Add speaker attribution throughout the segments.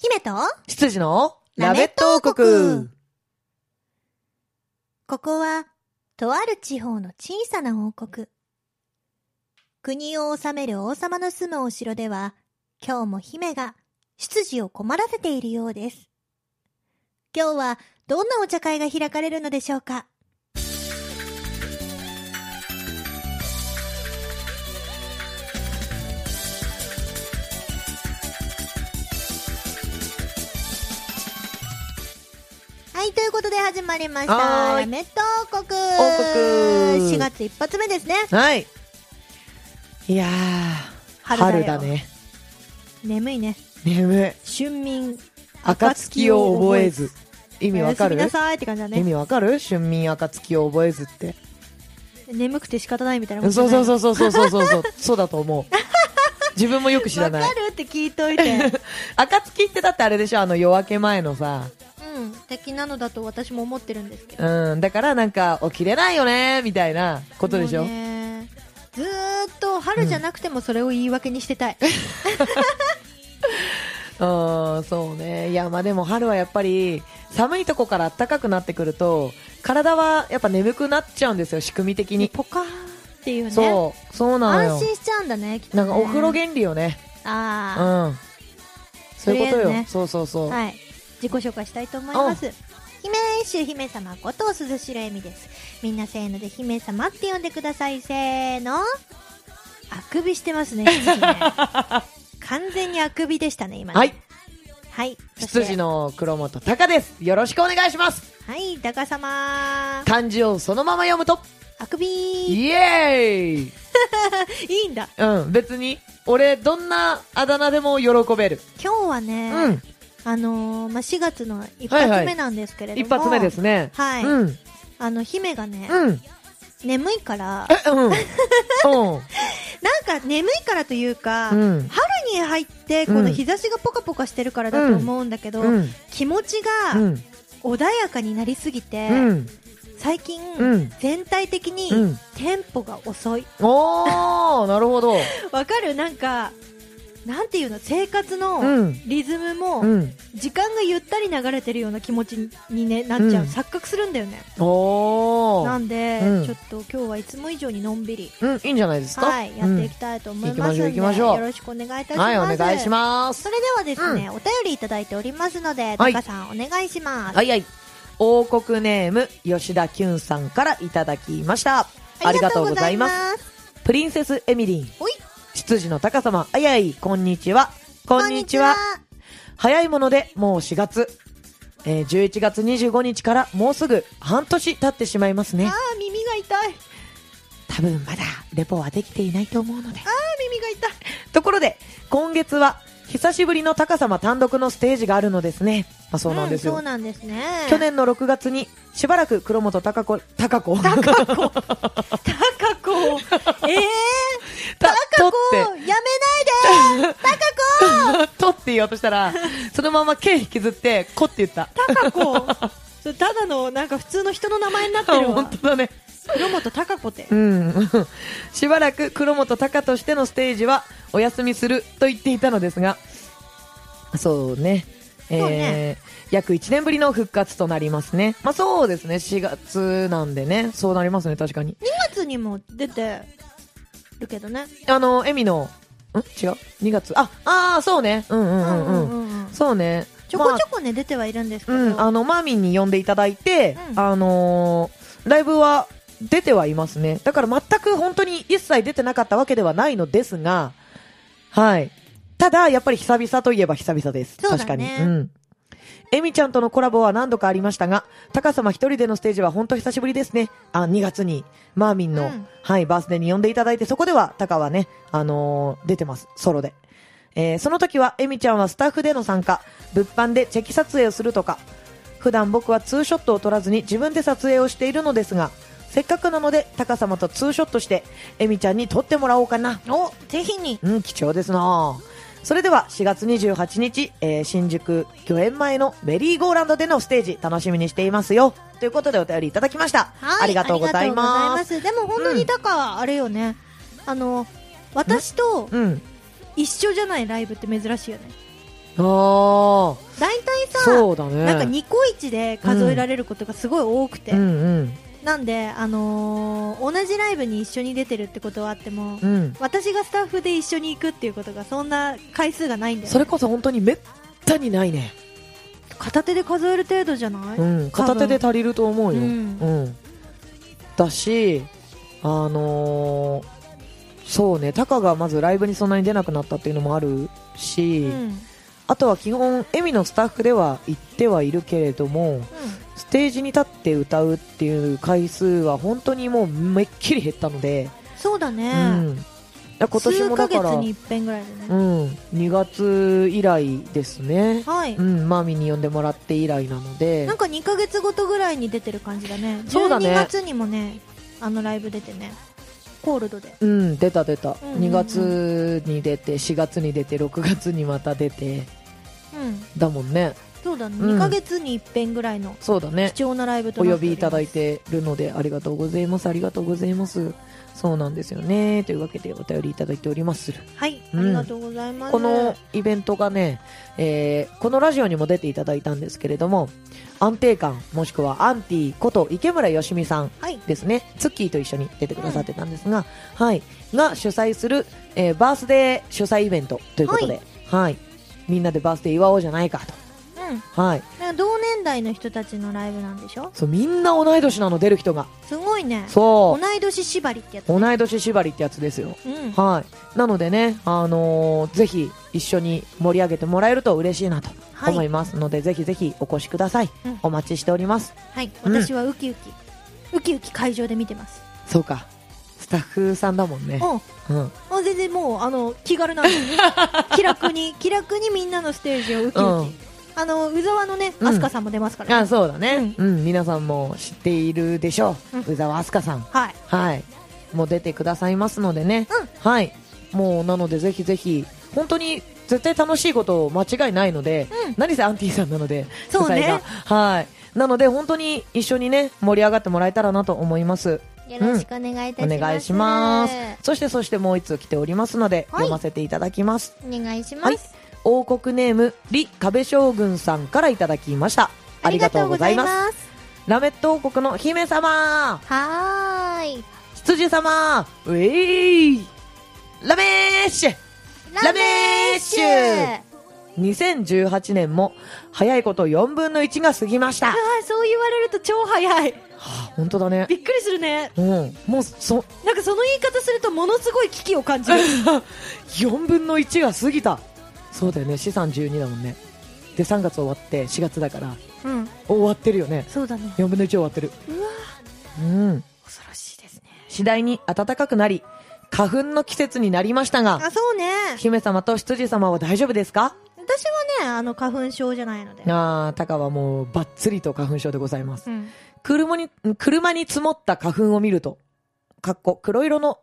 Speaker 1: 姫と、
Speaker 2: 羊の
Speaker 1: ラ
Speaker 2: ラ
Speaker 1: メ
Speaker 2: メ
Speaker 1: ッ
Speaker 2: ッ
Speaker 1: ト
Speaker 2: ト
Speaker 1: 王国
Speaker 2: 王国
Speaker 1: ここは、とある地方の小さな王国。国を治める王様の住むお城では、今日も姫が執事を困らせているようです。今日はどんなお茶会が開かれるのでしょうかはい、ということで始まりました。
Speaker 2: はーい
Speaker 1: ラメット王国
Speaker 2: 王国
Speaker 1: 4月一発目ですね。
Speaker 2: はい。いやー、
Speaker 1: 春だよ
Speaker 2: 春だね。
Speaker 1: 眠いね。
Speaker 2: 眠い。
Speaker 1: 春眠。
Speaker 2: 暁を覚えず。意
Speaker 1: 意
Speaker 2: 味わかる
Speaker 1: おやすみなさいって感じだ
Speaker 2: 意
Speaker 1: ね。
Speaker 2: 味わかる春眠暁を覚えずって。
Speaker 1: 眠くて仕方ないみたいなことじゃ
Speaker 2: そ
Speaker 1: な
Speaker 2: う
Speaker 1: い
Speaker 2: そうそうそうそうそう そう。そうだと思う。自分もよく知らな
Speaker 1: わ
Speaker 2: い
Speaker 1: か。るって聞いと いて。
Speaker 2: 暁ってだってあれでしょあの夜明け前のさ。
Speaker 1: うん。敵なのだと私も思ってるんですけど。
Speaker 2: うん。だからなんか起きれないよねみたいなことでしょ
Speaker 1: もうねずーっと春じゃなくてもそれを言い訳にしてたい。
Speaker 2: うん、そうね。いや、まあでも春はやっぱり寒いとこから暖かくなってくると、体はやっぱ眠くなっちゃうんですよ、仕組み的に。
Speaker 1: ポカーっていうね。
Speaker 2: そう、そうなの
Speaker 1: 安
Speaker 2: よ。
Speaker 1: 心しちゃうんだね、きっとね
Speaker 2: なんかお風呂原理よね。う
Speaker 1: あ
Speaker 2: ん。そういうこと
Speaker 1: とりあえず
Speaker 2: よ。
Speaker 1: ね
Speaker 2: そうそうそ
Speaker 1: あ。
Speaker 2: う。
Speaker 1: はい。自己紹介したいと思います。姫主姫様こと鈴代恵美です。みんなせーので姫様って呼んでください。せーの。あくびしてますね、羊ね 完全にあくびでしたね、今ね。
Speaker 2: はい。
Speaker 1: はい。そして
Speaker 2: 羊の黒本隆です。よろしくお願いします。
Speaker 1: はい、ダカ様。
Speaker 2: 漢字をそのまま読むと、
Speaker 1: あくびー。
Speaker 2: イエーイ
Speaker 1: いいんだ。
Speaker 2: うん、別に、俺、どんなあだ名でも喜べる。
Speaker 1: 今日はね、
Speaker 2: うん、
Speaker 1: あのーまあ、4月の一
Speaker 2: はいは
Speaker 1: 発
Speaker 2: い
Speaker 1: 目なんですけれども。
Speaker 2: 一発目で。すね。
Speaker 1: はい。
Speaker 2: うん、
Speaker 1: あの、姫がね、
Speaker 2: うん。
Speaker 1: 眠いから、
Speaker 2: え うん。うん。
Speaker 1: なんか眠いからというか、
Speaker 2: うん。
Speaker 1: 春に入って、この
Speaker 2: うん
Speaker 1: 日差しがポカポカしてるからだと思うんだけど、
Speaker 2: うん。
Speaker 1: 気持ち
Speaker 2: う
Speaker 1: が
Speaker 2: ん。
Speaker 1: 穏やかになりすぎて、
Speaker 2: うん。
Speaker 1: 最近、
Speaker 2: うん
Speaker 1: 全体的
Speaker 2: う
Speaker 1: に
Speaker 2: ん。
Speaker 1: テンポが遅い。
Speaker 2: おー、なるほど。
Speaker 1: わかるなんか、なんていうの、生活
Speaker 2: う
Speaker 1: の
Speaker 2: ん。
Speaker 1: リズムも、
Speaker 2: うん。
Speaker 1: 時間がゆったり流れてるような気持ちに、ね、なっちゃう、
Speaker 2: うん
Speaker 1: 錯覚するんだよね
Speaker 2: お
Speaker 1: な
Speaker 2: ー。
Speaker 1: んで、
Speaker 2: うん
Speaker 1: ちょっと今日はいつも以上にのんびり、
Speaker 2: うん、いいんじゃないですか
Speaker 1: はい、やっていきたいと思いますの
Speaker 2: う
Speaker 1: で、
Speaker 2: ん行きましょう行きましょう
Speaker 1: よろしくお願いいたします、
Speaker 2: はい、お願いし
Speaker 1: す
Speaker 2: ます
Speaker 1: そ。れではですね、お便りいただいておりますのでタ
Speaker 2: はい
Speaker 1: カさんお願いします、
Speaker 2: はいはい。王国ネーム、吉田きゅんさんからいただきました。ありがとうございます。
Speaker 1: ありがとうございます
Speaker 2: プリンセスエミリン。
Speaker 1: ほい
Speaker 2: 執事の高様、あやい、こんにちは。こんにちは。早いもので、もう4月。えー、11月25日からもうすぐ半年経ってしまいます
Speaker 1: あ
Speaker 2: ね。
Speaker 1: ー耳が痛い
Speaker 2: 多分まだレポはできていないと思うので。
Speaker 1: 耳が痛い
Speaker 2: ところで、今月は久しぶりの高様単独のステージがあるのですね。あ、そうなんですよ。
Speaker 1: そうなんですね
Speaker 2: 去年の6月にしばらく黒本高子、高 子、高子、
Speaker 1: タカ子えー、タカ子や
Speaker 2: 取
Speaker 1: めないで
Speaker 2: って、取って言おうとしたら、そのまま毛引きずって、こって言った。
Speaker 1: タカ子 それただのなんか普通の人の名前になってるわ
Speaker 2: 本当だね。
Speaker 1: 黒本貴子って
Speaker 2: う。ん。 しばらく黒本隆としてのステージはお休みすると言っていたのですが、そうね。え
Speaker 1: そう
Speaker 2: ー
Speaker 1: ね
Speaker 2: 約1年ぶりの復活となりますね。まあそうですね、4月なんでね、そうなりますね、確か
Speaker 1: 2
Speaker 2: に。
Speaker 1: 月にも出てるけどね。
Speaker 2: あの、エミの、ん違う ?2 月。あ、ああ、そうね。うんう
Speaker 1: うん
Speaker 2: うんうん。
Speaker 1: んうん。
Speaker 2: そうね。
Speaker 1: ちょこ
Speaker 2: まあ
Speaker 1: ちょこね、出てはいるんですけど。
Speaker 2: うん、あの、マーミンに呼んでいただいて、
Speaker 1: うん
Speaker 2: あのーライブは出てはいますね。だから全く本当に一切出てなかったわけではないのですが、はい。ただ、やっぱり久々といえば久々です。
Speaker 1: そうだね
Speaker 2: 確かに。うん。エミちゃんとのコラボは何度かありましたが、タカ様一人でのステージは本当久しぶりですね。あ、2月に、マーミンの、
Speaker 1: うん
Speaker 2: はい、バースデーに呼んでいただいて、そこでは、タカはね、あのー出てます。ソロで。えーその時は、エミちゃんはスタッフでの参加、物販でチェキ撮影をするとか、普段僕はツーショットを撮らずに自分で撮影をしているのですが、せっかくなので、タカ様とツーショットして、エミちゃんに撮ってもらおうかな。
Speaker 1: お、ぜひに。
Speaker 2: うん、貴重ですなそれでは4月28日、えー新宿御苑前のメリーゴーランドでのステージ楽しみにしていますよ。ということでお便りいただきました。
Speaker 1: はい。
Speaker 2: ありがとうござい
Speaker 1: ありがとうござい
Speaker 2: ま。
Speaker 1: ますすでも本当に、だから、あれよね。あの、私と
Speaker 2: うん。
Speaker 1: 一緒じゃないライブって珍しいよね
Speaker 2: ああ、
Speaker 1: 大体さ
Speaker 2: そうだね。
Speaker 1: なんかニコイチで数えられることがすごい多くて、
Speaker 2: うん
Speaker 1: なんで、あのー同じライブに一緒に出てるってことはあっても、
Speaker 2: うん。うん。
Speaker 1: 私がスタッフで一緒に行くっていうことがそんな回数がないんだよ、ね、
Speaker 2: それこそ本当にめったにないね。
Speaker 1: 片手で数える程度じゃない、
Speaker 2: うん。片手で足りると思うよ。
Speaker 1: う
Speaker 2: うんん。だし、あのーそうね、タカがまずライブにそんなに出なくなったっていうのもあるし、
Speaker 1: うんうん
Speaker 2: あとは基本、エミのスタッフでは行ってはいるけれども、ステージに立って歌うっていう回数は本当にもうめっきり減ったので、
Speaker 1: そうだね、
Speaker 2: うん、いや今年もだか
Speaker 1: 数ヶ
Speaker 2: ら、
Speaker 1: 月に一遍ぐらいだね、
Speaker 2: うん、2月以来ですね、
Speaker 1: はい、
Speaker 2: うん、マミに呼んでもらって以来なので
Speaker 1: なんか2ヶ月ごとぐらいに出てる感じだね
Speaker 2: そうだね
Speaker 1: 12月にもねあのライブ出てねコールドで
Speaker 2: うん、出た出た、
Speaker 1: うんうんうん
Speaker 2: 2月に出て4月に出て6月にまた出て
Speaker 1: うん
Speaker 2: だもんね
Speaker 1: そうだね、
Speaker 2: うん
Speaker 1: 2ヶ月に一遍ぐらいの
Speaker 2: そうだね
Speaker 1: 貴重なライブ
Speaker 2: お
Speaker 1: とな
Speaker 2: 呼
Speaker 1: ってお
Speaker 2: び
Speaker 1: り
Speaker 2: い
Speaker 1: ます
Speaker 2: ただいてるのでありがとうございますありがとうございますそうなんですよねというわけでお便りいただいております
Speaker 1: はい、
Speaker 2: うん
Speaker 1: ありがとうございます
Speaker 2: このイベントがね、えーこのラジオにも出ていただいたんですけれども、安定感、もしくはアンティこと池村よしみさん
Speaker 1: はい
Speaker 2: ですね、ツッキーと一緒に出てくださってたんですが、はい、が主催する、えーバースデー主催イベントということで、はい、みんなでバースデー祝おうじゃないか
Speaker 1: うん
Speaker 2: と。はい。
Speaker 1: なんか同年代の人たちのライブなんでしょ
Speaker 2: そう、みんな同い年なの、出る人が。
Speaker 1: すごいね
Speaker 2: そ
Speaker 1: 同
Speaker 2: う。
Speaker 1: い年縛りってやつ
Speaker 2: 同い年縛りってやつですよ。
Speaker 1: うん
Speaker 2: はい。なのでね、あのーぜひ一緒に盛り上げてもらえると嬉しいなと
Speaker 1: はい
Speaker 2: 思いますので、ぜひぜひお越しください、
Speaker 1: うん
Speaker 2: お待ちしております
Speaker 1: はい
Speaker 2: うん
Speaker 1: 私はウキウキ、ウキウキ会場で見てます
Speaker 2: そうかスタッフさんだもんね
Speaker 1: うん
Speaker 2: うん
Speaker 1: あ全然もうあの気軽なの 気楽に気楽にみんなのステージをウキウキ、
Speaker 2: うん
Speaker 1: あの宇沢のね
Speaker 2: うん
Speaker 1: アスカさんも出ますから、
Speaker 2: あそうだねうん、皆さんも知っているでしょう、
Speaker 1: うん
Speaker 2: 宇沢明日香さん
Speaker 1: はい
Speaker 2: はいもう出てくださいますのでね、
Speaker 1: う
Speaker 2: はいもうなのでぜひぜひ本当に絶対楽しいこと間違いないので、
Speaker 1: うん
Speaker 2: 何せアンティさんなので
Speaker 1: そうね
Speaker 2: 主催がはいなので本当に一緒にね盛り上がってもらえたらなと思います
Speaker 1: よ
Speaker 2: ろし
Speaker 1: くお願いい
Speaker 2: お願いしますそしてそしてもう一通来ておりますので、
Speaker 1: はい
Speaker 2: 読ませていただきます
Speaker 1: お願いし、
Speaker 2: ます王国ネーム李壁将軍さんからいただきましたありがとうございます
Speaker 1: す
Speaker 2: ラメット王国の姫様
Speaker 1: はーい
Speaker 2: 羊様ウェイラメーシュラメッシュ2018年も早いこと4分の1が過ぎました
Speaker 1: あーそう言われると超早い
Speaker 2: 本当だね
Speaker 1: びっくりするね
Speaker 2: うんもうそ
Speaker 1: なんかその言い方するとものすごい危機を感じる
Speaker 2: 4分の1が過ぎたそうだよね資産12だもんねで3月終わって4月だから
Speaker 1: うん
Speaker 2: 終わってるよね
Speaker 1: そうだね
Speaker 2: 4分の1終わってる
Speaker 1: うわ
Speaker 2: うん
Speaker 1: 恐ろしいですね
Speaker 2: 次第に暖かくなり花粉の季節になりましたが
Speaker 1: あそうね
Speaker 2: 姫様と羊様は大丈夫ですか
Speaker 1: 私はねあの花粉症じゃないので
Speaker 2: ああタカはもうバッツリと花粉症でございます
Speaker 1: うん
Speaker 2: 車に車に積もった花粉を見るとかっこ黒色の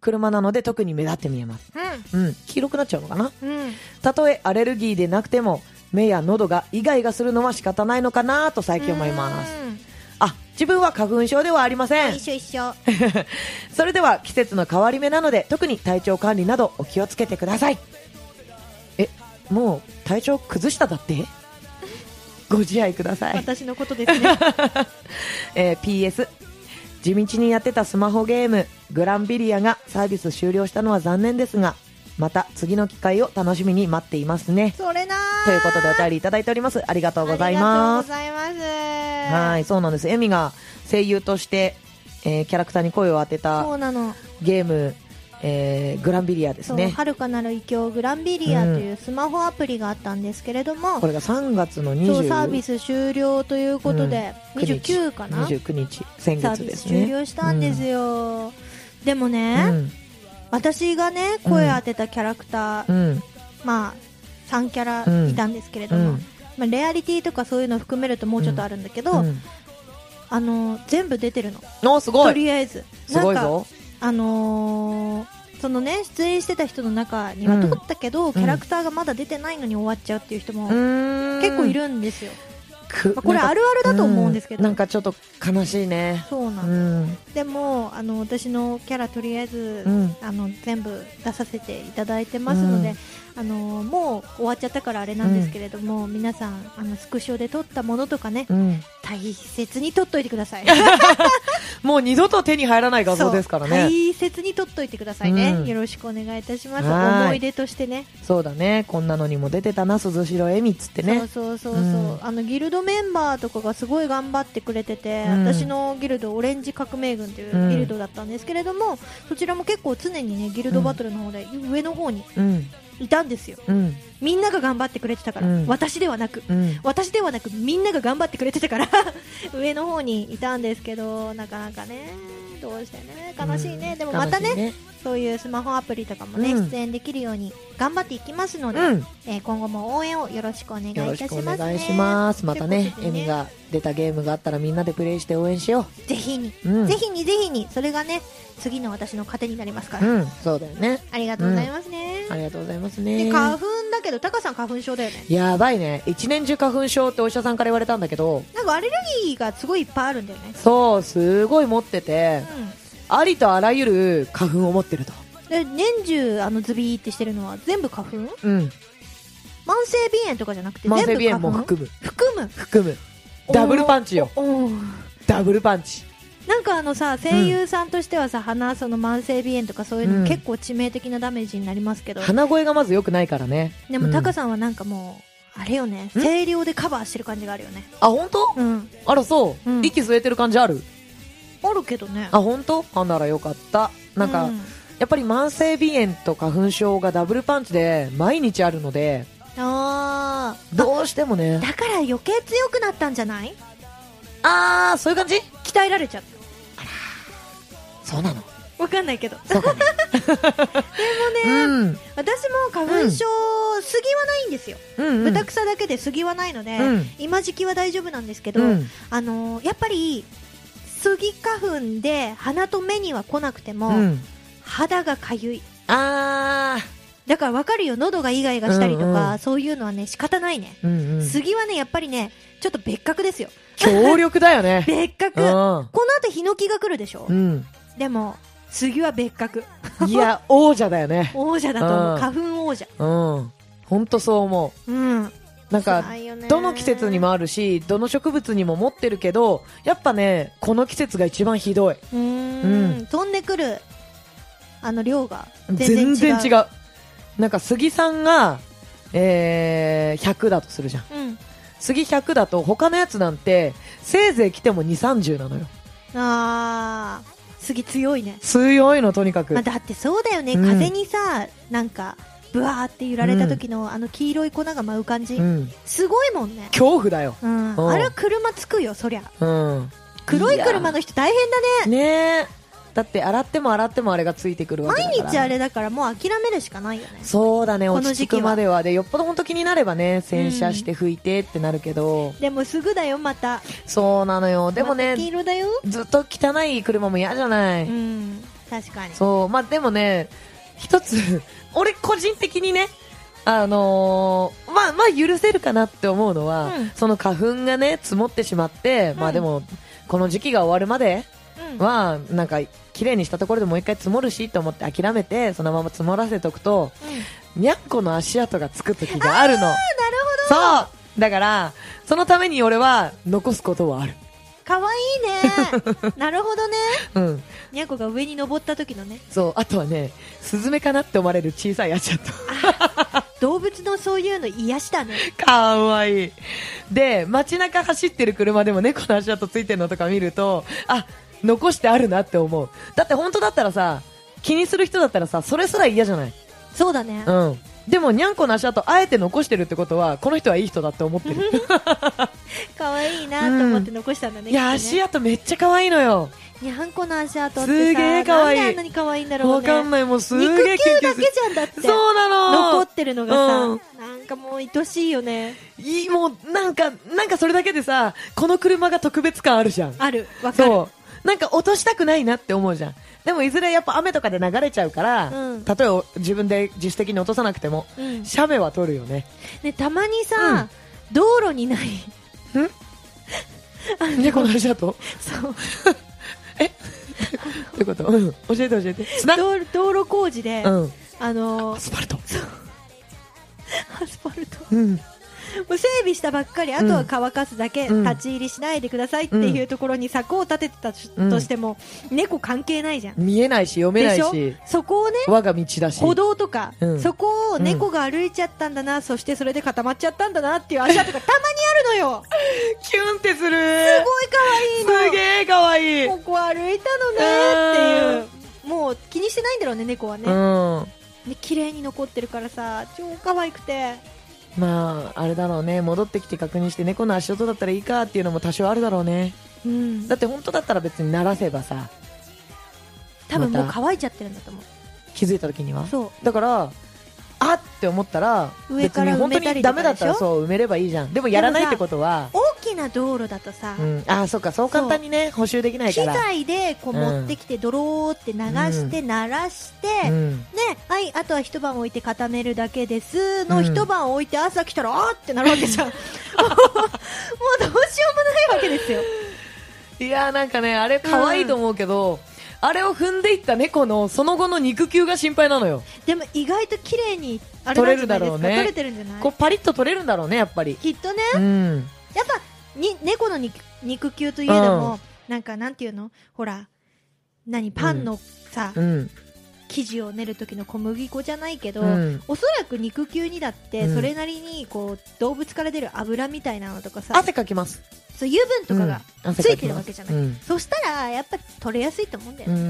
Speaker 2: 車なので特に目立って見えますうん黄色くなっちゃうのかな
Speaker 1: うんうん
Speaker 2: たとえアレルギーでなくても目や喉がイガイガするのは仕方ないのかなと最近思います
Speaker 1: うん
Speaker 2: あ自分は花粉症ではありません
Speaker 1: 一緒一緒
Speaker 2: それでは季節の変わり目なので特に体調管理などお気をつけてくださいえもう体調崩しただってご自愛ください、
Speaker 1: 私のことですね
Speaker 2: えー PS 地道にやってたスマホゲームグランビリアがサービス終了したのは残念ですがまた次の機会を楽しみに待っていますね
Speaker 1: それなー
Speaker 2: ということでお便りいただいておりますありがとうござ
Speaker 1: あり
Speaker 2: い
Speaker 1: がとうご
Speaker 2: ます
Speaker 1: ざいます
Speaker 2: はいそうなんですエミが声優として、えーキャラクターに声を当てた
Speaker 1: そうなの
Speaker 2: ゲーム、えーグランビリアです
Speaker 1: そう
Speaker 2: ね
Speaker 1: 遥かなる異教グランビリアというスマホアプリがあったんですけれども、
Speaker 2: これが3月の
Speaker 1: そ
Speaker 2: 20
Speaker 1: うサービス終了ということで、
Speaker 2: うん
Speaker 1: 29かな
Speaker 2: 29日先
Speaker 1: サー
Speaker 2: 月
Speaker 1: ビ
Speaker 2: で
Speaker 1: ス
Speaker 2: すね
Speaker 1: 終了したんですよ、でも
Speaker 2: う
Speaker 1: ね、
Speaker 2: ん
Speaker 1: 私がね声当てたキャラクター、
Speaker 2: うん
Speaker 1: まあ3キャラいたんですけれど
Speaker 2: う
Speaker 1: も、
Speaker 2: ん
Speaker 1: まあ、レアリティとかそういうの含めるともうちょっとあるんだけど、
Speaker 2: うん
Speaker 1: あの全部出てるの
Speaker 2: おすご
Speaker 1: と
Speaker 2: い
Speaker 1: りあえず
Speaker 2: すごい
Speaker 1: なんか
Speaker 2: ぞ
Speaker 1: あのーそのね出演してた人の中には
Speaker 2: うん
Speaker 1: 通ったけど、キャラクターがまだ出てないのに終わっちゃうっていう人も
Speaker 2: うーん
Speaker 1: 結構いるんですよ、
Speaker 2: く
Speaker 1: まあ、これあ
Speaker 2: る
Speaker 1: るあるだと思うんですけど、
Speaker 2: なんかちょっと悲しいね
Speaker 1: そうな、
Speaker 2: うんん
Speaker 1: でもあの私のキャラとりあえず、
Speaker 2: うん
Speaker 1: あの全部出させていただいてますので、あのもう終わっちゃったからあれなんですけれども、皆さんあのスクショで撮ったものとかね、
Speaker 2: うん
Speaker 1: 大切に撮っといてください
Speaker 2: もう二度と手に入らない画像ですから
Speaker 1: そう
Speaker 2: ね
Speaker 1: 大切に撮っといてくださいね、
Speaker 2: うん
Speaker 1: よろしくお願いいたします
Speaker 2: はーい
Speaker 1: 思い出としてね
Speaker 2: そうだねこんなのにも出てたな鈴代恵美っつってね
Speaker 1: そうそうそうそう、
Speaker 2: うん
Speaker 1: あのギルドメンバーとかがすごい頑張ってくれてて、
Speaker 2: うん
Speaker 1: 私のギルドオレンジ革命軍というんうギルドだったんですけれども、そちらも結構常にねギルドバトルの方で上の方に
Speaker 2: うん
Speaker 1: いたんですよ
Speaker 2: うん
Speaker 1: みんなが頑張ってくれてたから、
Speaker 2: うん
Speaker 1: 私ではなく
Speaker 2: うん
Speaker 1: 私ではなくみんなが頑張ってくれてたから 上の方にいたんですけどなかなかねどうしてね悲しいね、
Speaker 2: うん
Speaker 1: でもまたね
Speaker 2: 悲しい
Speaker 1: そういうスマホアプリとかもね、
Speaker 2: うん
Speaker 1: 出演できるように頑張っていきますので、
Speaker 2: うん
Speaker 1: えー今後も応援をよろしくお願いい
Speaker 2: よ
Speaker 1: た
Speaker 2: ろ
Speaker 1: し
Speaker 2: し
Speaker 1: ます、
Speaker 2: く
Speaker 1: ね、
Speaker 2: お願いしますまたね
Speaker 1: とい
Speaker 2: 恵
Speaker 1: うことで
Speaker 2: 美が出たゲームがあったらみんなでプレイして応援しよ
Speaker 1: ぜひに、
Speaker 2: ううん
Speaker 1: ぜひにぜひにそれがね次の私の糧になりますから、
Speaker 2: うんそうだよね
Speaker 1: ありがとうございますね、
Speaker 2: ありがとうございます
Speaker 1: で
Speaker 2: ね
Speaker 1: 花粉だけどタカさん花粉症だよね
Speaker 2: やばいね一年中花粉症ってお医者さんから言われたんだけど
Speaker 1: なんかアレルギーがすごいいっぱいあるんだよね
Speaker 2: そうすごい持っててありとあらゆる花粉を持ってると
Speaker 1: うんで年中あのズビーってしてるのは全部花粉
Speaker 2: うん
Speaker 1: 慢性鼻炎とかじゃなくて
Speaker 2: 慢性
Speaker 1: 全部
Speaker 2: 鼻
Speaker 1: 花
Speaker 2: 炎
Speaker 1: 粉
Speaker 2: も含む
Speaker 1: 含む
Speaker 2: 含むダブルパンチよ
Speaker 1: おー
Speaker 2: ダブルパンチ
Speaker 1: なんかあのさ声優さんとしてはさ、鼻その慢性鼻炎とかそういうの
Speaker 2: うん
Speaker 1: も結構致命的なダメージになりますけど、
Speaker 2: 鼻声がまず良くないからね
Speaker 1: でもタカ
Speaker 2: ん、
Speaker 1: さんはなんかもうあれよね
Speaker 2: ん
Speaker 1: 声量でカバーしてる感じがあるよね
Speaker 2: あ本当
Speaker 1: うん
Speaker 2: あらそう、
Speaker 1: うん
Speaker 2: 息吸えてる感じある
Speaker 1: あるけどね
Speaker 2: あ本当あならよかったなんか、
Speaker 1: う
Speaker 2: やっぱり慢性鼻炎と花粉症がダブルパンチで毎日あるので
Speaker 1: あー
Speaker 2: どうしてもね
Speaker 1: だから余計強くなったんじゃない
Speaker 2: ああーそういう感じ
Speaker 1: 鍛えられちゃっ
Speaker 2: そうなの
Speaker 1: たわかんないけど
Speaker 2: そ うかな
Speaker 1: でもね、
Speaker 2: うん
Speaker 1: 私も花粉症、杉はないんですよ、
Speaker 2: うんうん
Speaker 1: 豚草だけで杉はないので、
Speaker 2: うん
Speaker 1: 今時期は大丈夫なんですけど、
Speaker 2: うん
Speaker 1: あのーやっぱり杉花粉で鼻と目には来なくても、
Speaker 2: うん
Speaker 1: 肌がかゆい
Speaker 2: あ
Speaker 1: だからわかるよ喉がイガイガしたりとか、
Speaker 2: うんうん
Speaker 1: そういうのはね仕方ないね、
Speaker 2: ーうんうん
Speaker 1: 杉はねやっぱりねちょっと別格ですよ
Speaker 2: 強力だ よね
Speaker 1: 別格、
Speaker 2: う
Speaker 1: この
Speaker 2: ん
Speaker 1: 後ヒノキが来るでしょ、
Speaker 2: うん
Speaker 1: でも杉は別格
Speaker 2: いや王者だよね
Speaker 1: 王者だと思う、
Speaker 2: うん
Speaker 1: 花粉王者
Speaker 2: うん本当そう思
Speaker 1: うん
Speaker 2: うなんか
Speaker 1: 辛いよね
Speaker 2: どの季節にもあるしどの植物にも持ってるけどやっぱねこの季節が一番ひどいう
Speaker 1: ーん飛んでくるあの量が全
Speaker 2: 全
Speaker 1: 然
Speaker 2: 然
Speaker 1: 違う
Speaker 2: 違うなんか杉さんが、えー、100だとするじゃん杉100だと他のやつなんてせいぜい来ても2 3 0なのよ
Speaker 1: うんああ杉強いね、
Speaker 2: 強いのとにかく、
Speaker 1: まあ、だってそうだよね、
Speaker 2: うん
Speaker 1: 風にさなんかブワーって揺られた時の、あの黄色い粉が舞う感じ、
Speaker 2: うん、
Speaker 1: すごいもんね
Speaker 2: 恐怖だよ、
Speaker 1: うん、
Speaker 2: うん
Speaker 1: あれは車つくよそりゃ
Speaker 2: うん、
Speaker 1: 黒い車の人大変だね
Speaker 2: ねえだって洗っても洗ってもあれがついてくるわけだから
Speaker 1: 毎日あれだからもう諦めるしかないよね
Speaker 2: そうだね
Speaker 1: こ
Speaker 2: 落
Speaker 1: の
Speaker 2: ち
Speaker 1: 時
Speaker 2: 着
Speaker 1: 期は
Speaker 2: くまではでよっぽど本当気になればね洗車して拭いてってなるけど、
Speaker 1: でもすぐだよまた
Speaker 2: そうなのよでも
Speaker 1: また黄
Speaker 2: ね
Speaker 1: 色だよ
Speaker 2: ずっと汚い車も嫌じゃない、
Speaker 1: うん確かに
Speaker 2: そうまあでもね一つ 俺個人的にねあのーまあまあ許せるかなって思うのは、
Speaker 1: うん
Speaker 2: その花粉がね積もってしまって、ま
Speaker 1: う
Speaker 2: あ
Speaker 1: ん
Speaker 2: でもこの時期が終わるまで
Speaker 1: うん
Speaker 2: はなんか綺麗にしたところでもう一回積もるしと思って諦めてそのまま積もらせておくと
Speaker 1: うん
Speaker 2: にゃんこの足跡がつく時があるのそうだからそのために俺は残すことはある
Speaker 1: かわいいね なるほどね
Speaker 2: うん
Speaker 1: にゃんこが上に登った時のね
Speaker 2: そうあとはねスズメかなって思われる小さい足跡
Speaker 1: 動物のそういうの癒しだね
Speaker 2: かわいいで街中走ってる車でも猫の足跡ついてるのとか見るとあ残してあるなって思うだって本当だったらさ気にする人だったらさそれすら嫌じゃない
Speaker 1: そうだね
Speaker 2: うんでもにゃんこの足跡あえて残してるってことはこの人はいい人だって思ってる
Speaker 1: かわいいなと思って残したんだね,、
Speaker 2: いや
Speaker 1: きっと
Speaker 2: 足
Speaker 1: ね
Speaker 2: 跡めっちゃ可愛いのよ
Speaker 1: にゃんこの足跡ってさ
Speaker 2: すげえかわいい
Speaker 1: なんであんなにかわいいんだろう
Speaker 2: わ
Speaker 1: ね
Speaker 2: かんないもうすげ
Speaker 1: 肉
Speaker 2: え
Speaker 1: 球
Speaker 2: キュンキュ
Speaker 1: だ
Speaker 2: ンす
Speaker 1: け
Speaker 2: る
Speaker 1: じゃんだって
Speaker 2: そうなの
Speaker 1: 残ってるのがさ、
Speaker 2: うん
Speaker 1: なんかもう愛しいよね
Speaker 2: いいもうなんかなんかそれだけでさこの車が特別感あるじゃん
Speaker 1: あるわかる
Speaker 2: そうなんか落としたくないなって思うじゃんでもいずれやっぱ雨とかで流れちゃうから、
Speaker 1: うん
Speaker 2: 例えば自分で自主的に落とさなくても
Speaker 1: うん
Speaker 2: 写メは撮るよね
Speaker 1: ね、たまにさ、道路にない
Speaker 2: 猫の話だと
Speaker 1: そう
Speaker 2: どういうこと、うん、教えて教えて砂
Speaker 1: 道路道路工事で、
Speaker 2: うん
Speaker 1: あの
Speaker 2: アスファルト
Speaker 1: アスファルト
Speaker 2: うん
Speaker 1: もう整備したばっかりあとは乾かすだけ、
Speaker 2: うん
Speaker 1: 立ち入りしないでくださいっていうところに柵を立ててたし
Speaker 2: うん
Speaker 1: としても、猫関係ないじゃん
Speaker 2: 見えないし読めな
Speaker 1: で
Speaker 2: い
Speaker 1: し
Speaker 2: し
Speaker 1: ょそこをね
Speaker 2: 我が道だし
Speaker 1: 歩道とか、
Speaker 2: うん
Speaker 1: そこを猫が歩いちゃったんだな、そしてそれで固まっちゃったんだなっていう足跡がたまにある のよ
Speaker 2: キュンって
Speaker 1: すごい
Speaker 2: する
Speaker 1: 可愛いの
Speaker 2: すげえかわいい
Speaker 1: ここ歩いたのねっていうもう気にしてないんだろうね猫はね、
Speaker 2: うん
Speaker 1: で綺麗に残ってるからさ超可愛くて
Speaker 2: まああれだろうね戻ってきて確認して猫の足音だったらいいかっていうのも多少あるだろうね
Speaker 1: うん
Speaker 2: だって本当だったら別に鳴らせばさ
Speaker 1: 多分もう
Speaker 2: また
Speaker 1: 乾いちゃってるんだと思う
Speaker 2: 気づいた時には
Speaker 1: そう
Speaker 2: だからあって思ったら
Speaker 1: 上
Speaker 2: 別
Speaker 1: か
Speaker 2: に
Speaker 1: ら埋
Speaker 2: 本当
Speaker 1: めた
Speaker 2: に
Speaker 1: り
Speaker 2: ダ
Speaker 1: と
Speaker 2: メ
Speaker 1: か
Speaker 2: だっ
Speaker 1: でした
Speaker 2: ら
Speaker 1: ょ
Speaker 2: そう埋めればいいじゃんでもやらないってことは
Speaker 1: 大きな道路だとさ、
Speaker 2: うん、ああそうかそう簡単にね補修できないか
Speaker 1: 機
Speaker 2: ら
Speaker 1: 材でこう
Speaker 2: うん
Speaker 1: 持ってきてドローって流して鳴らして、
Speaker 2: うん、
Speaker 1: ね、はい、あとは一晩置いて固めるだけですの、
Speaker 2: うん
Speaker 1: 一晩置いて朝来たらあーってなるわけ じゃんもうどうしようもないわけですよ
Speaker 2: いやーなんかねあれ可愛いと思うけど、あれを踏んでいった猫のその後の肉球が心配なのよ、
Speaker 1: でも意外と綺麗にあれなんじゃないですか
Speaker 2: 取れるだろう
Speaker 1: 取
Speaker 2: ね
Speaker 1: れ,、てるんじゃない
Speaker 2: こうパリッと取れるんだろうねやっぱり
Speaker 1: きっとね
Speaker 2: うん
Speaker 1: やっぱに猫の肉肉球というのも、なんかなんていうのほら何パンのさ、
Speaker 2: うん
Speaker 1: 生地を練る時の小麦粉じゃないけど、
Speaker 2: うん
Speaker 1: おそらく肉球にだって
Speaker 2: うん
Speaker 1: それなりにこう動物から出る油みたいなのとかさ、
Speaker 2: 汗かきます
Speaker 1: そう油分とかが、
Speaker 2: うん汗かきます
Speaker 1: ついてるわけじゃない
Speaker 2: うん
Speaker 1: そしたらやっぱ取れやすいと思うんだよ、
Speaker 2: う
Speaker 1: ね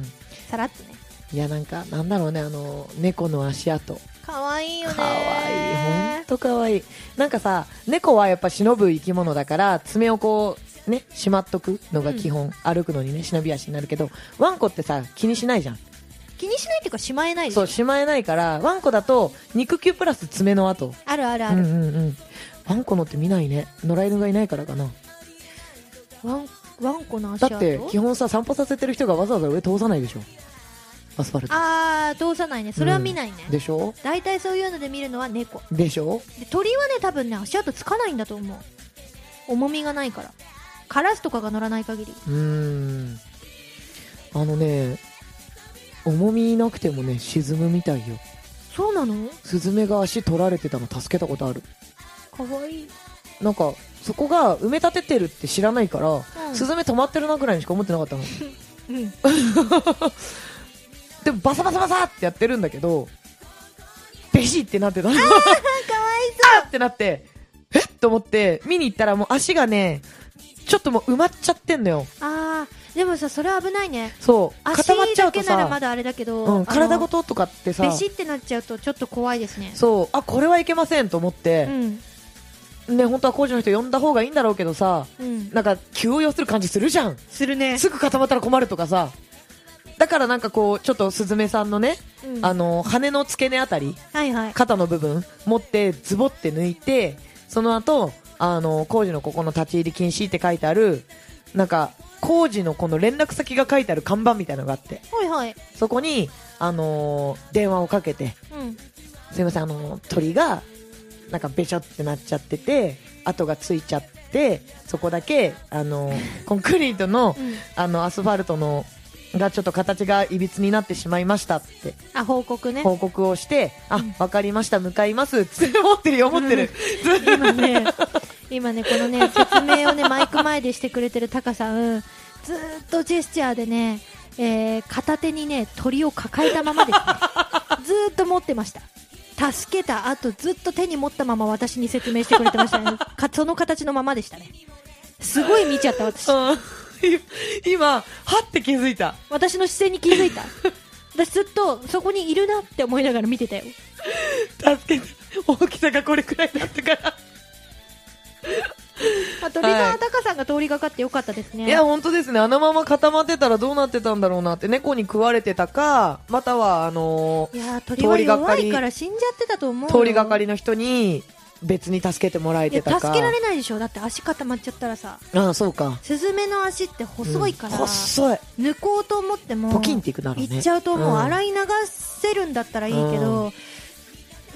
Speaker 2: ん
Speaker 1: さらっとね
Speaker 2: いやなんかなんだろうねあの猫の足跡
Speaker 1: 可愛いよね
Speaker 2: かわいい本当かわいいなんかさ猫はやっぱ忍ぶ生き物だから爪をこうねしまっとくのが基本、歩くのにね忍び足になるけどワンコってさ気にしないじゃん
Speaker 1: 気にしないっていうかしまえないでし
Speaker 2: そう
Speaker 1: ょ
Speaker 2: しまえないからワンコだと肉球プラス爪の跡
Speaker 1: あるあるあ
Speaker 2: う
Speaker 1: る、
Speaker 2: んうんうんワンコのって見ないね野良犬がいないからかな
Speaker 1: ワンワンコの足
Speaker 2: だ
Speaker 1: 跡
Speaker 2: って基本さ散歩させてる人がわざわざ上通さないでしょアスファルト
Speaker 1: ああ通さないねそれは見ないね、
Speaker 2: でしょ
Speaker 1: 大体そういうので見るのは猫
Speaker 2: でしょ
Speaker 1: で鳥はね多分ね足跡つかないんだと思う重みがないからカラスとかが乗らない限り
Speaker 2: うーんあのね重みなくてもね沈むみたいよ
Speaker 1: そうなの
Speaker 2: スズメが足取られてたの助けたことある
Speaker 1: かわいい、
Speaker 2: なんかそこが埋め立ててるって知らないから、
Speaker 1: うん
Speaker 2: スズメ止まってるなぐらいにしか思ってなかったの
Speaker 1: うん、
Speaker 2: でもバサバサバサってやってるんだけどベシってなってたのあ
Speaker 1: かわい
Speaker 2: ーってなってえっと思って見に行ったらもう足がねちょっともう埋まっちゃってんのよ
Speaker 1: そうあーでもさそれ危ないね
Speaker 2: そう
Speaker 1: 足
Speaker 2: 固まっちゃ
Speaker 1: だ
Speaker 2: うと
Speaker 1: けならま
Speaker 2: さ、
Speaker 1: だあれだけど、
Speaker 2: うん、体ご
Speaker 1: と
Speaker 2: ととかってさ
Speaker 1: ベシってなっちゃうとちょっと怖いですね
Speaker 2: そうあこれはいけませんと思って、
Speaker 1: うん
Speaker 2: ね、本当は工事の人呼んだ方がいいんだろうけどさ、
Speaker 1: うん
Speaker 2: なんか急を要する感じするじゃん。
Speaker 1: するね
Speaker 2: すぐ固まったら困るとかさ。だからなんかこう、ちょっとスズメさんのね、
Speaker 1: うん
Speaker 2: あの、羽の付け根あたり、
Speaker 1: はいはい
Speaker 2: 肩の部分、持ってズボって抜いて、その後、あの、工事のここの立ち入り禁止って書いてある、なんか、工事のこの連絡先が書いてある看板みたいなのがあって、
Speaker 1: はいはい
Speaker 2: そこに、あの電話をかけて、
Speaker 1: うん
Speaker 2: すいませんあの鳥がなんかべちょってなっちゃってて跡がついちゃってそこだけあのコンクリートの
Speaker 1: うん
Speaker 2: あのアスファルトのがちょっと形がいびつになってしまいましたって
Speaker 1: あ報告ね
Speaker 2: 報告をしてあ
Speaker 1: うん
Speaker 2: わかりました向かいますつって思ってるよ思ってる、
Speaker 1: 今ね、今ね、この ね、説明をね、マイク前でしてくれてるタカさん、ずーっとジェスチャーでね、えー片手にね、鳥を抱えたまま です、ね、ずーっと持ってました。助けた後、ずっと手に持ったまま私に説明してくれてました ね。かその形のままでしたね。すごい見ちゃった、私。
Speaker 2: うん今はって気づいた
Speaker 1: 私の視線に気づいた。私ずっとそこにいるなって思いながら見てたよ。
Speaker 2: 助けて大きさがこれくらいだったから
Speaker 1: あ、鳥
Speaker 2: は
Speaker 1: 川
Speaker 2: い
Speaker 1: タカさんが通りかかってよかったですね。
Speaker 2: いや、本当ですね。あのまま固まってたらどうなってたんだろうなって、猫に食われてたか、または、あの
Speaker 1: い
Speaker 2: ー
Speaker 1: やー鳥は弱いから死んじゃってたと思うよ
Speaker 2: 通りがかりの人に別に助けてもらえ
Speaker 1: いや
Speaker 2: て
Speaker 1: 助
Speaker 2: たか。
Speaker 1: けられないでしょだって足固まっちゃったらさ
Speaker 2: ああ、そうか。
Speaker 1: スズメの足って細いから、
Speaker 2: うん細い。
Speaker 1: 抜こうと思っても
Speaker 2: ポキンっていくだろうね。
Speaker 1: いっちゃうともう洗
Speaker 2: い。
Speaker 1: い流せるんだったらいいけど、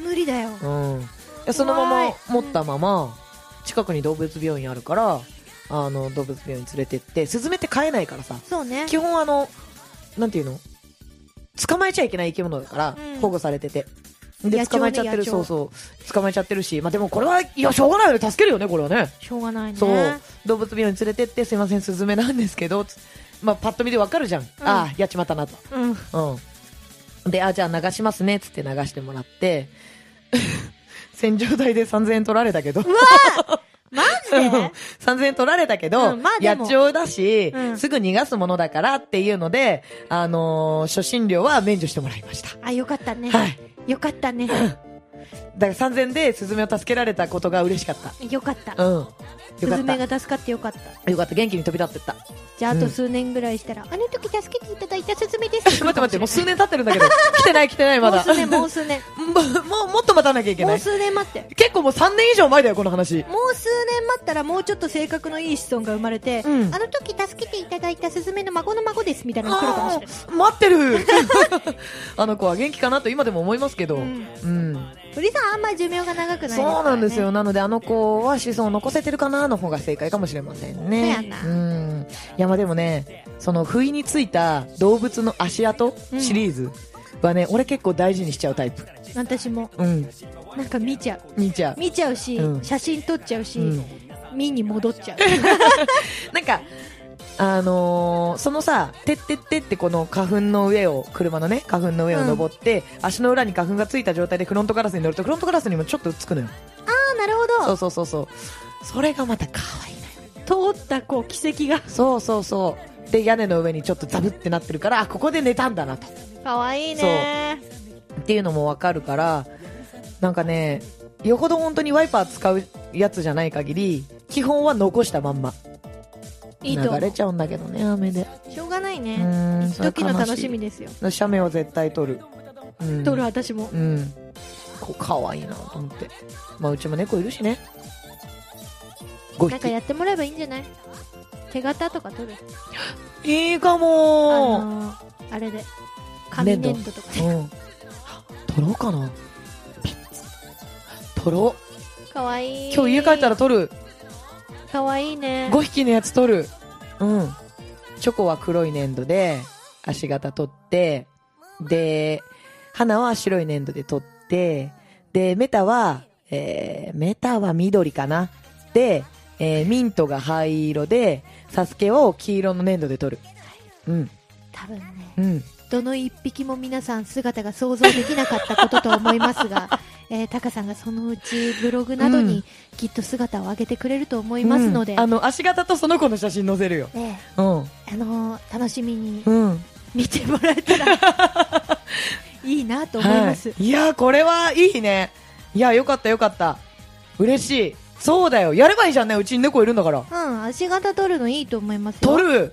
Speaker 1: 無理だよ、
Speaker 2: うん。いやそのまま
Speaker 1: 怖い
Speaker 2: 持ったまま、近くに動物病院あるからあの動物病院連れてってスズメって飼えないからさ
Speaker 1: そうね
Speaker 2: 基本あのなんていうの捕まえちゃいけない生き物だから、
Speaker 1: うん
Speaker 2: 保護されてて
Speaker 1: 野鳥ね
Speaker 2: で捕まえちゃって
Speaker 1: 野
Speaker 2: る
Speaker 1: 鳥
Speaker 2: そうそう捕まえちゃってるしまあでもこれはいやしょうがないよね助けるよねこれはね
Speaker 1: しょうがないね
Speaker 2: そう動物病院連れてってすいませんスズメなんですけどつまあパッと見でわかるじゃん、ああやっちまったなと
Speaker 1: うん
Speaker 2: うん。で、あ、じゃあ流しますね、つって流してもらって、 洗浄代で3000円取られたけど。
Speaker 1: マジで
Speaker 2: 3000円取られたけど、
Speaker 1: うんまあで
Speaker 2: 野
Speaker 1: も
Speaker 2: 鳥だし、
Speaker 1: うん
Speaker 2: すぐ逃がすものだからっていうので、あのー初診料は免除してもらいました。
Speaker 1: あよかったね、
Speaker 2: はい。
Speaker 1: よかったね
Speaker 2: だから3000円でスズメを助けられたことが嬉しかった。
Speaker 1: よかった
Speaker 2: うん。よ
Speaker 1: ス
Speaker 2: か
Speaker 1: ズ
Speaker 2: っ
Speaker 1: メ
Speaker 2: た。
Speaker 1: が助かってよかった
Speaker 2: よかった。元気に飛び立ってった。
Speaker 1: じゃああ
Speaker 2: う
Speaker 1: と
Speaker 2: ん
Speaker 1: 数年ぐらいしたら、あの時助けていただいたスズメです
Speaker 2: 待っ て待って、もう数年経ってるんだけど。来てない来て ないまだ。
Speaker 1: もう数年もう数年
Speaker 2: もう、もっと待たなきゃいけ
Speaker 1: も
Speaker 2: な
Speaker 1: う
Speaker 2: い。
Speaker 1: 数年待って
Speaker 2: 結構もう3年以上前だよ、この話。
Speaker 1: もう数年待ったらもうちょっと性格のいい子孫が生まれて、
Speaker 2: うん
Speaker 1: あの時助けていただいたスズメの孫の孫ですみたいなの来るかもしれない、
Speaker 2: あー待ってる あの子は元気かなと今でも思いますけど、
Speaker 1: う
Speaker 2: うん
Speaker 1: ん、鳥さんあんまり寿命が長くないですから、ね、
Speaker 2: そうなんですよなのであの子は子孫を残せてるかなの方が正解かもしれませんね
Speaker 1: そうやな
Speaker 2: うんいやまあでもねその不意についた動物の足跡
Speaker 1: うん
Speaker 2: シリーズはね、俺結構大事にしちゃうタイプ
Speaker 1: 私も
Speaker 2: うん
Speaker 1: なんか見ちゃう
Speaker 2: みーちゃん
Speaker 1: 見ちゃうし、
Speaker 2: うん
Speaker 1: 写真撮っちゃうし、
Speaker 2: うん
Speaker 1: 見に戻っち ゃう
Speaker 2: なんかあのーそのさ、てってってってこの花粉の上を、車のね、花粉の上を登って、足の裏に花粉がついた状態でフロントガラスに乗ると、フロントガラスにもちょっとつくのよ。
Speaker 1: ああなるほど
Speaker 2: そうそうそうそう。それがまた可愛いね。
Speaker 1: 通ったこう奇跡が
Speaker 2: そうそうそう。で、屋根の上にちょっとザブってなってるから、あ、ここで寝たんだなと。
Speaker 1: かわいいね
Speaker 2: っていうのもわかるから、なんかね、よほど本当にワイパー使うやつじゃない限り、基本は残したまんま。
Speaker 1: いいと
Speaker 2: 流
Speaker 1: 思
Speaker 2: れちゃうんだけどね、雨で。
Speaker 1: うしょうがないうね
Speaker 2: ーん、
Speaker 1: 一時の楽しみですよ
Speaker 2: み。写メは絶対撮る。うん、
Speaker 1: 撮る。私も
Speaker 2: うん。こ可愛いなと思って。まあ、うちも猫いるしね。5
Speaker 1: なんか
Speaker 2: 匹。
Speaker 1: やってもらえばいいんじゃない手形とか取る
Speaker 2: いいか
Speaker 1: あ
Speaker 2: もー。
Speaker 1: のー、あれで紙粘土とかね
Speaker 2: うん。撮ろうかな。撮ろう。
Speaker 1: かわいい
Speaker 2: 今日家帰ったら撮る。
Speaker 1: かわいいね
Speaker 2: 5匹のやつ撮る。うん。チョコは黒い粘土で、足型撮って、で、花は白い粘土で撮って、で、メタは、えー、メタは緑かな。で、えー、ミントが灰色で、サスケを黄色の粘土で撮る。うん、
Speaker 1: 多分ね
Speaker 2: うん。
Speaker 1: どの一匹も皆さん姿が想像できなかったことと思います がえー、タカさんがそのうちブログなど
Speaker 2: う
Speaker 1: にきっと姿を上げてくれると思いますので、
Speaker 2: うんあの、足型とその子の写真載せるよ。
Speaker 1: え
Speaker 2: うん。
Speaker 1: えあのー楽しみに
Speaker 2: うん。
Speaker 1: 見てもらえた らいいなと思います、
Speaker 2: はい、いやーこれはいいねいやよかったよかった嬉しいそうだよやればいいじゃんねうちに猫いるんだから
Speaker 1: うん足型取るのいいと思いますよ
Speaker 2: 取る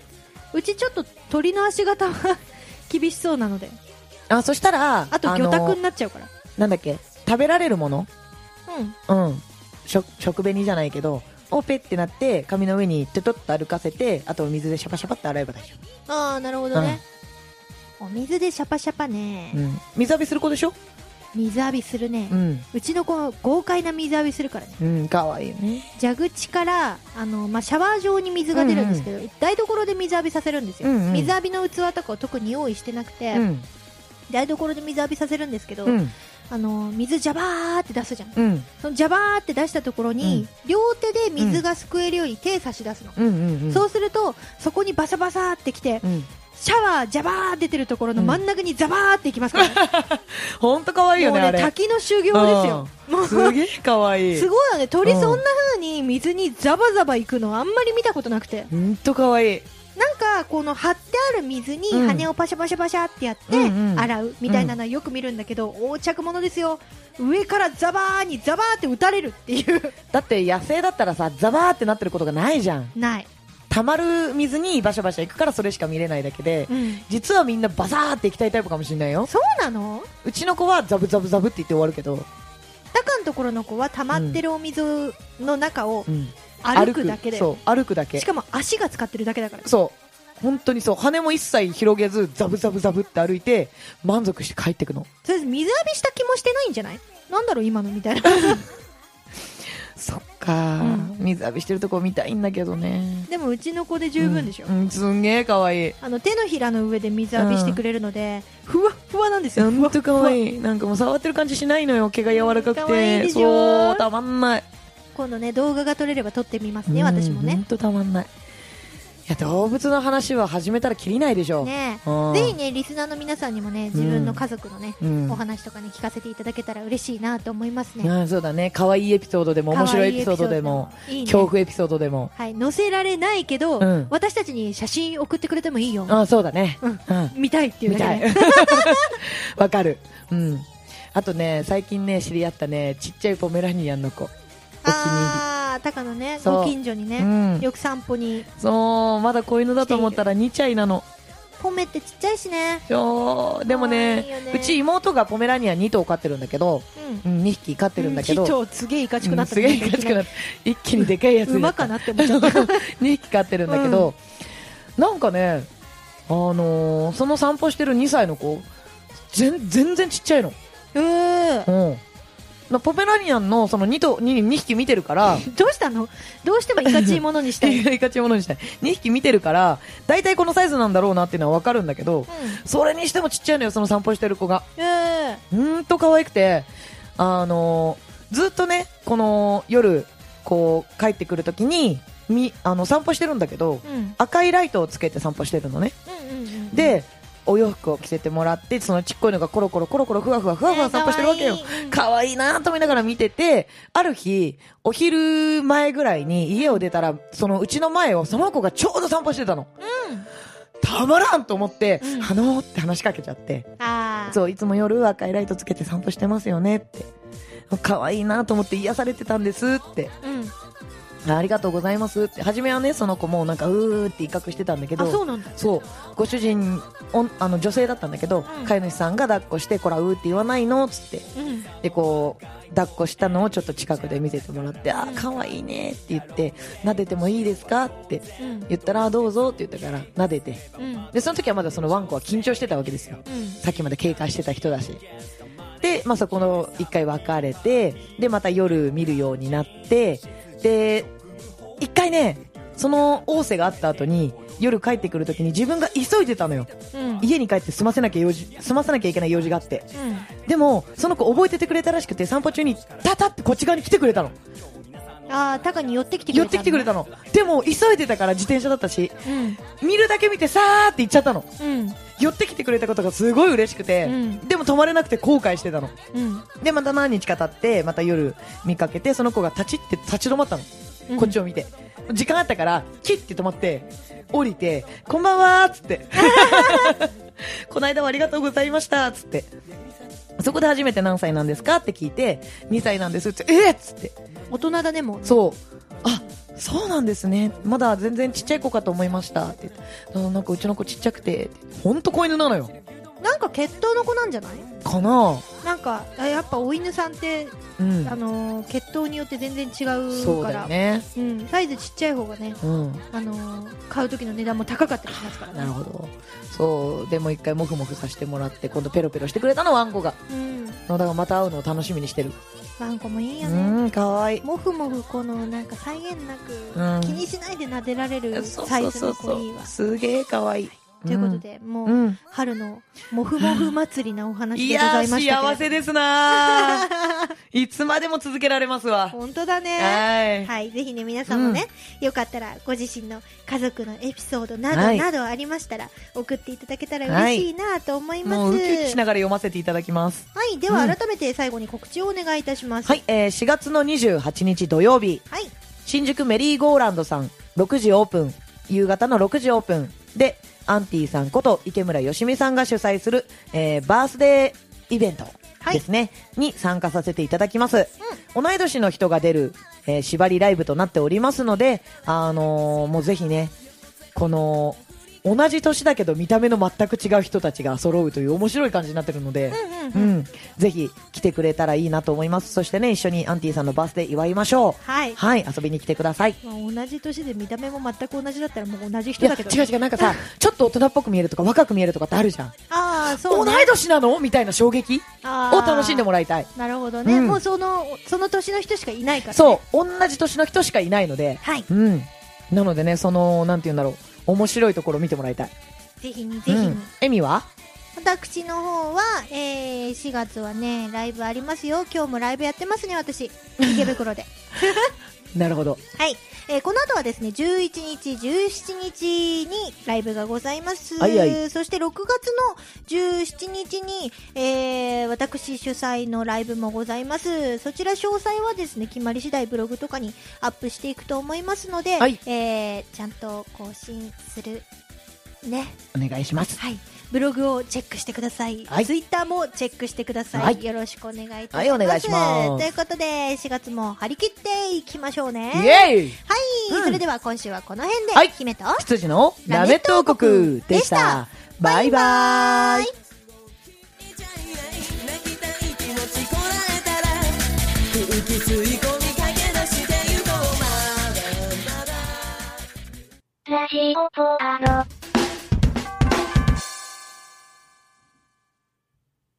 Speaker 1: うちちょっと鳥の足型は 厳しそうなので
Speaker 2: あそしたら
Speaker 1: あと魚
Speaker 2: の
Speaker 1: 拓になっちゃうから
Speaker 2: なんだっけ食べられるもの
Speaker 1: うん
Speaker 2: うん食食紅じゃないけどオペってなって髪の上にトゥトッと歩かせてあと水でシャパシャパって洗えば大丈
Speaker 1: ああなるほどね、お水でシャパシャパね
Speaker 2: 夫、、うん、水浴びする子でしょ
Speaker 1: 水浴びするね、う
Speaker 2: うん
Speaker 1: ちの子は豪快な水浴びするからね
Speaker 2: うんかわいいよね
Speaker 1: 蛇口からあの、まあ、シャワー状に水が出るんですけど、台所で水浴びさせるんですよ、
Speaker 2: うんうん
Speaker 1: 水浴びの器とかを特に用意してなくて、
Speaker 2: うん
Speaker 1: 台所で水浴びさせるんですけど、
Speaker 2: うん
Speaker 1: あの水ジャバーって出すじゃん
Speaker 2: うん
Speaker 1: そのジャバーって出したところに、両手で水がすくえるように手差し出すの、
Speaker 2: うんうんうん
Speaker 1: そうするとそこにバサバサってきて、
Speaker 2: うん
Speaker 1: シャワージャバーって出てるところの真ん中にザバーっていきます から、ね
Speaker 2: ほんとかわいいよ
Speaker 1: もう
Speaker 2: ねあ
Speaker 1: ね
Speaker 2: れ
Speaker 1: 滝の修行ですよ、もう
Speaker 2: すげえかわいい
Speaker 1: すごいよね鳥
Speaker 2: うん
Speaker 1: そんな風に水にザバザバ行くのあんまり見たことなくて
Speaker 2: ほんとかわいい
Speaker 1: なんかこの張ってある水に
Speaker 2: うん
Speaker 1: 羽をパシャパシャパシャってやって
Speaker 2: うんうん
Speaker 1: 洗うみたいなのはよく見るんだけど、横着物ですよ上からザバーにザバーって打たれるっていう
Speaker 2: だって野生だったらさザバーってなってることが ないじゃん
Speaker 1: ない、
Speaker 2: 溜まる水にバシャバシャ行くからそれしか見れないだけで、
Speaker 1: うん、
Speaker 2: 実はみんなバサーって行きたいタイプかもしれないよ
Speaker 1: そうなの
Speaker 2: うちの子はザブザブザブって言って終わるけど、
Speaker 1: タカのところの子は溜まってるお水の中を
Speaker 2: うん
Speaker 1: 歩くだけで、
Speaker 2: そう歩くだけ
Speaker 1: しかも足が使ってるだけだから
Speaker 2: そう本当にそう羽も一切広げずザブザブザブって歩いて満足して帰ってくの
Speaker 1: とりあえず水浴びした気もしてないんじゃないなんだろう今のみたいな
Speaker 2: そっか、水浴びしてるとこ見たいんだけどね
Speaker 1: でもうちの子で十分でしょ、
Speaker 2: うんうんすんげえかわいい
Speaker 1: あの手のひらの上で水浴びしてくれるので、ふわっふわなんです
Speaker 2: な
Speaker 1: よ
Speaker 2: んとかわ
Speaker 1: い
Speaker 2: いいなんかもう触ってる感じしないのよ毛が柔らかくて
Speaker 1: うん可愛いでしょ
Speaker 2: そうたまんない
Speaker 1: 今度ね動画が撮れれば撮ってみますね、私も
Speaker 2: ほん
Speaker 1: ね
Speaker 2: とたまんないいや動物の話は始めたらきりないでしょ
Speaker 1: ね
Speaker 2: うん
Speaker 1: ぜひねリスナーの皆さんにもね自分の家族のね、
Speaker 2: うん
Speaker 1: お話とかね聞かせていただけたら嬉しいなと思いますね、
Speaker 2: うん、そうだね可愛いエピソードでも面白いエピソードでも
Speaker 1: 可愛いエピソー
Speaker 2: 恐
Speaker 1: ドでもいいね
Speaker 2: 怖エピソードでも
Speaker 1: はい載せられないけど、
Speaker 2: うん
Speaker 1: 私たちに写真送ってくれてもいいよ、
Speaker 2: あそうだね
Speaker 1: うん見たいっていう
Speaker 2: み
Speaker 1: だ
Speaker 2: た
Speaker 1: け
Speaker 2: い
Speaker 1: で
Speaker 2: わかるうんあとね最近ね知り合ったねちっちゃいポメラニアンの子お気に入
Speaker 1: ああ高野ね
Speaker 2: そう
Speaker 1: ご近所に
Speaker 2: り、
Speaker 1: ね、
Speaker 2: うん、
Speaker 1: よく散歩に
Speaker 2: そうまだ子犬だと思ったら2ちゃいなの
Speaker 1: ポメってちっちゃいしね
Speaker 2: そうでもね
Speaker 1: 可愛いよね
Speaker 2: うち妹がポメラニアン2頭飼ってるんだけど、
Speaker 1: うん
Speaker 2: うん、2匹飼ってるんだけど、
Speaker 1: うん人すげえいかちく
Speaker 2: う
Speaker 1: なっ
Speaker 2: ん
Speaker 1: た
Speaker 2: す
Speaker 1: ね、
Speaker 2: げえいかつくなった一気にでかいやつにな
Speaker 1: 馬
Speaker 2: った
Speaker 1: かなって思っちゃった
Speaker 2: 2匹飼ってるんだけど、なんかね、あのーその散歩してる2歳の子全全然ちっちゃいの、
Speaker 1: う
Speaker 2: う
Speaker 1: ー
Speaker 2: ん、なポメラニアンのその 2, と 2, 2匹見てるから
Speaker 1: どうしたのどうしてもいかちいものにしたい、 うん
Speaker 2: いかちものにしたい2匹見てるから大体このサイズなんだろうなっていうのは分かるんだけどそれにしてもちっちゃいのよその散歩してる子が
Speaker 1: うん
Speaker 2: うーんと可愛くて、あのーずっとね、この夜、こう、帰ってくるときに、み、あの、散歩してるんだけど、
Speaker 1: うん
Speaker 2: 赤いライトをつけて散歩してるのね。
Speaker 1: うんうんうん
Speaker 2: で、お洋服を着せてもらって、そのちっこいのがコロコロコロコロふわふわふわふわ散歩してるわけよ
Speaker 1: ね可愛い。
Speaker 2: 可愛いなと思いながら見てて、ある日、お昼前ぐらいに家を出たら、そのうちの前をその子がちょうど散歩してたの。
Speaker 1: うん
Speaker 2: たまらんと思って、
Speaker 1: うん
Speaker 2: あのーって話しかけちゃって。
Speaker 1: ああ
Speaker 2: そういつも夜赤いライトつけて散歩してますよねって可愛いなと思って癒されてたんですって
Speaker 1: うん
Speaker 2: あありがとうございますって初めはねその子もなんかうーって威嚇してたんだけど
Speaker 1: あそうなんだ
Speaker 2: そうご主人おんあの女性だったんだけど、
Speaker 1: うん
Speaker 2: 飼い主さんが抱っこしてこらうーって言わないのっつって
Speaker 1: うん
Speaker 2: でこう抱っこしたのをちょっと近くで見ててもらって、ああ可愛いねって言って撫でてもいいですかって
Speaker 1: うん
Speaker 2: 言ったらどうぞって言ったから撫でて
Speaker 1: うん
Speaker 2: でその時はまだそのワンコは緊張してたわけですよ
Speaker 1: うん
Speaker 2: さっきまで警戒してた人だし。で、まあ、そこの一回別れて、で、また夜見るようになって、で、一回ね、その大瀬があった後に、夜帰ってくるときに自分が急いでたのよ。
Speaker 1: うん
Speaker 2: 家に帰って済ませなきゃ用事、済ませなきゃいけない用事があって。
Speaker 1: うん
Speaker 2: でも、その子覚えててくれたらしくて、散歩中に、タタってこっち側に来てくれたの。
Speaker 1: ああタカに寄ってきてくれ
Speaker 2: 寄
Speaker 1: た
Speaker 2: ってきてくれたの。でも、急いでたから自転車だったし、
Speaker 1: うん
Speaker 2: 見るだけ見てさーって行っちゃったの。
Speaker 1: うん
Speaker 2: 寄ってきてくれたことがすごい嬉しくて、
Speaker 1: うん
Speaker 2: でも止まれなくて後悔してたの。
Speaker 1: うん
Speaker 2: で、また何日か経って、また夜見かけて、その子が立ちって立ち止まったの。
Speaker 1: うん
Speaker 2: こっちを見て。時間あったから、キッて止まって、降りて、こんばんはーっつ って。この間はありがとうございましたっつって。そこで初めて何歳なんですかって聞いて、2歳なんですって、えーっつって。
Speaker 1: 大人だねもう
Speaker 2: そう。あ、そうなんですね。まだ全然ちっちゃい子かと思いましたって言って。あのなんかうちの子ちっちゃくて、ほんと子犬なのよ。
Speaker 1: なんか血統の子なんじゃない
Speaker 2: かな
Speaker 1: なんかあやっぱお犬さんって
Speaker 2: うん
Speaker 1: あ。のー血統によって全然違
Speaker 2: そう
Speaker 1: うか
Speaker 2: だよ
Speaker 1: ら
Speaker 2: ね。
Speaker 1: うんサイズちっちゃい方がね
Speaker 2: うん。
Speaker 1: あのー買う時の値段も高かったりしますから
Speaker 2: な
Speaker 1: ね
Speaker 2: るほどそうでもう一回もふもふさせてもらって今度ペロペロしてくれたのワンコが
Speaker 1: うん
Speaker 2: のだからまた会うのを楽しみにしてる
Speaker 1: ワンコもいいうよね
Speaker 2: んかわいい
Speaker 1: もふもふこのなんか際限なく
Speaker 2: うん
Speaker 1: 気にしないで撫でられる
Speaker 2: そう
Speaker 1: サ
Speaker 2: そ
Speaker 1: イ
Speaker 2: う
Speaker 1: ズ
Speaker 2: そう
Speaker 1: の
Speaker 2: そ
Speaker 1: 子いいうわ
Speaker 2: すげえかわいい
Speaker 1: ということでも
Speaker 2: う、
Speaker 1: うん春のもふもふ祭りなお話
Speaker 2: い
Speaker 1: でござ
Speaker 2: や
Speaker 1: いま
Speaker 2: ー
Speaker 1: した
Speaker 2: 幸
Speaker 1: け
Speaker 2: せ
Speaker 1: れど
Speaker 2: ですな ーいつまでも続けられますわ
Speaker 1: 本当だね
Speaker 2: は
Speaker 1: は
Speaker 2: い
Speaker 1: い、ぜひね、皆さんもね、よかったら、ご自身の家族のエピソードなど、
Speaker 2: はい
Speaker 1: などありましたら、送っていただけたら嬉しいなと思います。
Speaker 2: もうウキウキし
Speaker 1: は
Speaker 2: ながら読ませていただきます
Speaker 1: い、で
Speaker 2: う
Speaker 1: は
Speaker 2: ん
Speaker 1: 改めて最後に告知をお願いいたします。
Speaker 2: は。い、えー、4月の28日土曜日
Speaker 1: はい。
Speaker 2: 新宿メリーゴーランドさん6時オープン夕方の6時オープンでアンティさんこと池村よしみさんが主催する、えーバースデーイベント
Speaker 1: はい
Speaker 2: ですね、に参加させていただきます、同い年の人が出る、えー縛りライブとなっておりますので、あのーもうぜひねこの同じ年だけど見た目の全く違う人たちが揃うという面白い感じになってるので、
Speaker 1: うんうんう
Speaker 2: う
Speaker 1: ん。
Speaker 2: ん、ぜひ来てくれたらいいなと思います。そしてね、一緒にアンティさんのバースデー祝いましょ
Speaker 1: はい。
Speaker 2: う。はい、遊びに来てください。
Speaker 1: まあ、同じ年で見た目も全く同じだったらもう同じ
Speaker 2: い
Speaker 1: 人
Speaker 2: や
Speaker 1: だけど。
Speaker 2: 違う違う、なんかさ、ちょっと大人っぽく見えるとか若く見えるとかってあるじゃん。
Speaker 1: ああ、そ
Speaker 2: 同
Speaker 1: う、ね。
Speaker 2: い年なのみたいな衝撃
Speaker 1: あー
Speaker 2: を楽しんでもらいたい。
Speaker 1: なるほどね、
Speaker 2: うん
Speaker 1: もうその、その年の人しかいないから、ね。
Speaker 2: そう、同じ年の人しかいないので、
Speaker 1: はい。
Speaker 2: うん。なのでね、その、なんて言うんだろう、面白いところを見てもらいたい。
Speaker 1: ぜひに、ぜひに。
Speaker 2: うんエミは
Speaker 1: 私の方は、えー、4月はね、ライブありますよ。今日もライブやってますね、私。池袋で。
Speaker 2: なるほど。
Speaker 1: はい。えーこの後はですね、11日、17日にライブがございます。
Speaker 2: はいはい
Speaker 1: そして6月の17日に、えー私主催のライブもございます。そちら詳細はですね、決まり次第ブログとかにアップしていくと思いますので、
Speaker 2: はい
Speaker 1: えーちゃんと更新する、ね。
Speaker 2: お願いします。
Speaker 1: はい。ブログをチェックしてください。
Speaker 2: はい
Speaker 1: ツイッターもチェックしてください。
Speaker 2: はい
Speaker 1: よろしくお願いいたします。
Speaker 2: はいお願いします
Speaker 1: ということで、4月も張り切っていきましょうね。
Speaker 2: イエーイ
Speaker 1: はい、
Speaker 2: うん
Speaker 1: それでは今週はこの辺で、
Speaker 2: はい
Speaker 1: 姫と
Speaker 2: 羊のラメット王国でした。バイバーイ
Speaker 3: 泣きたい気持ちこらえたら空気吸い込み駆け出してゆこうまだまだ
Speaker 4: ラジオポアロ。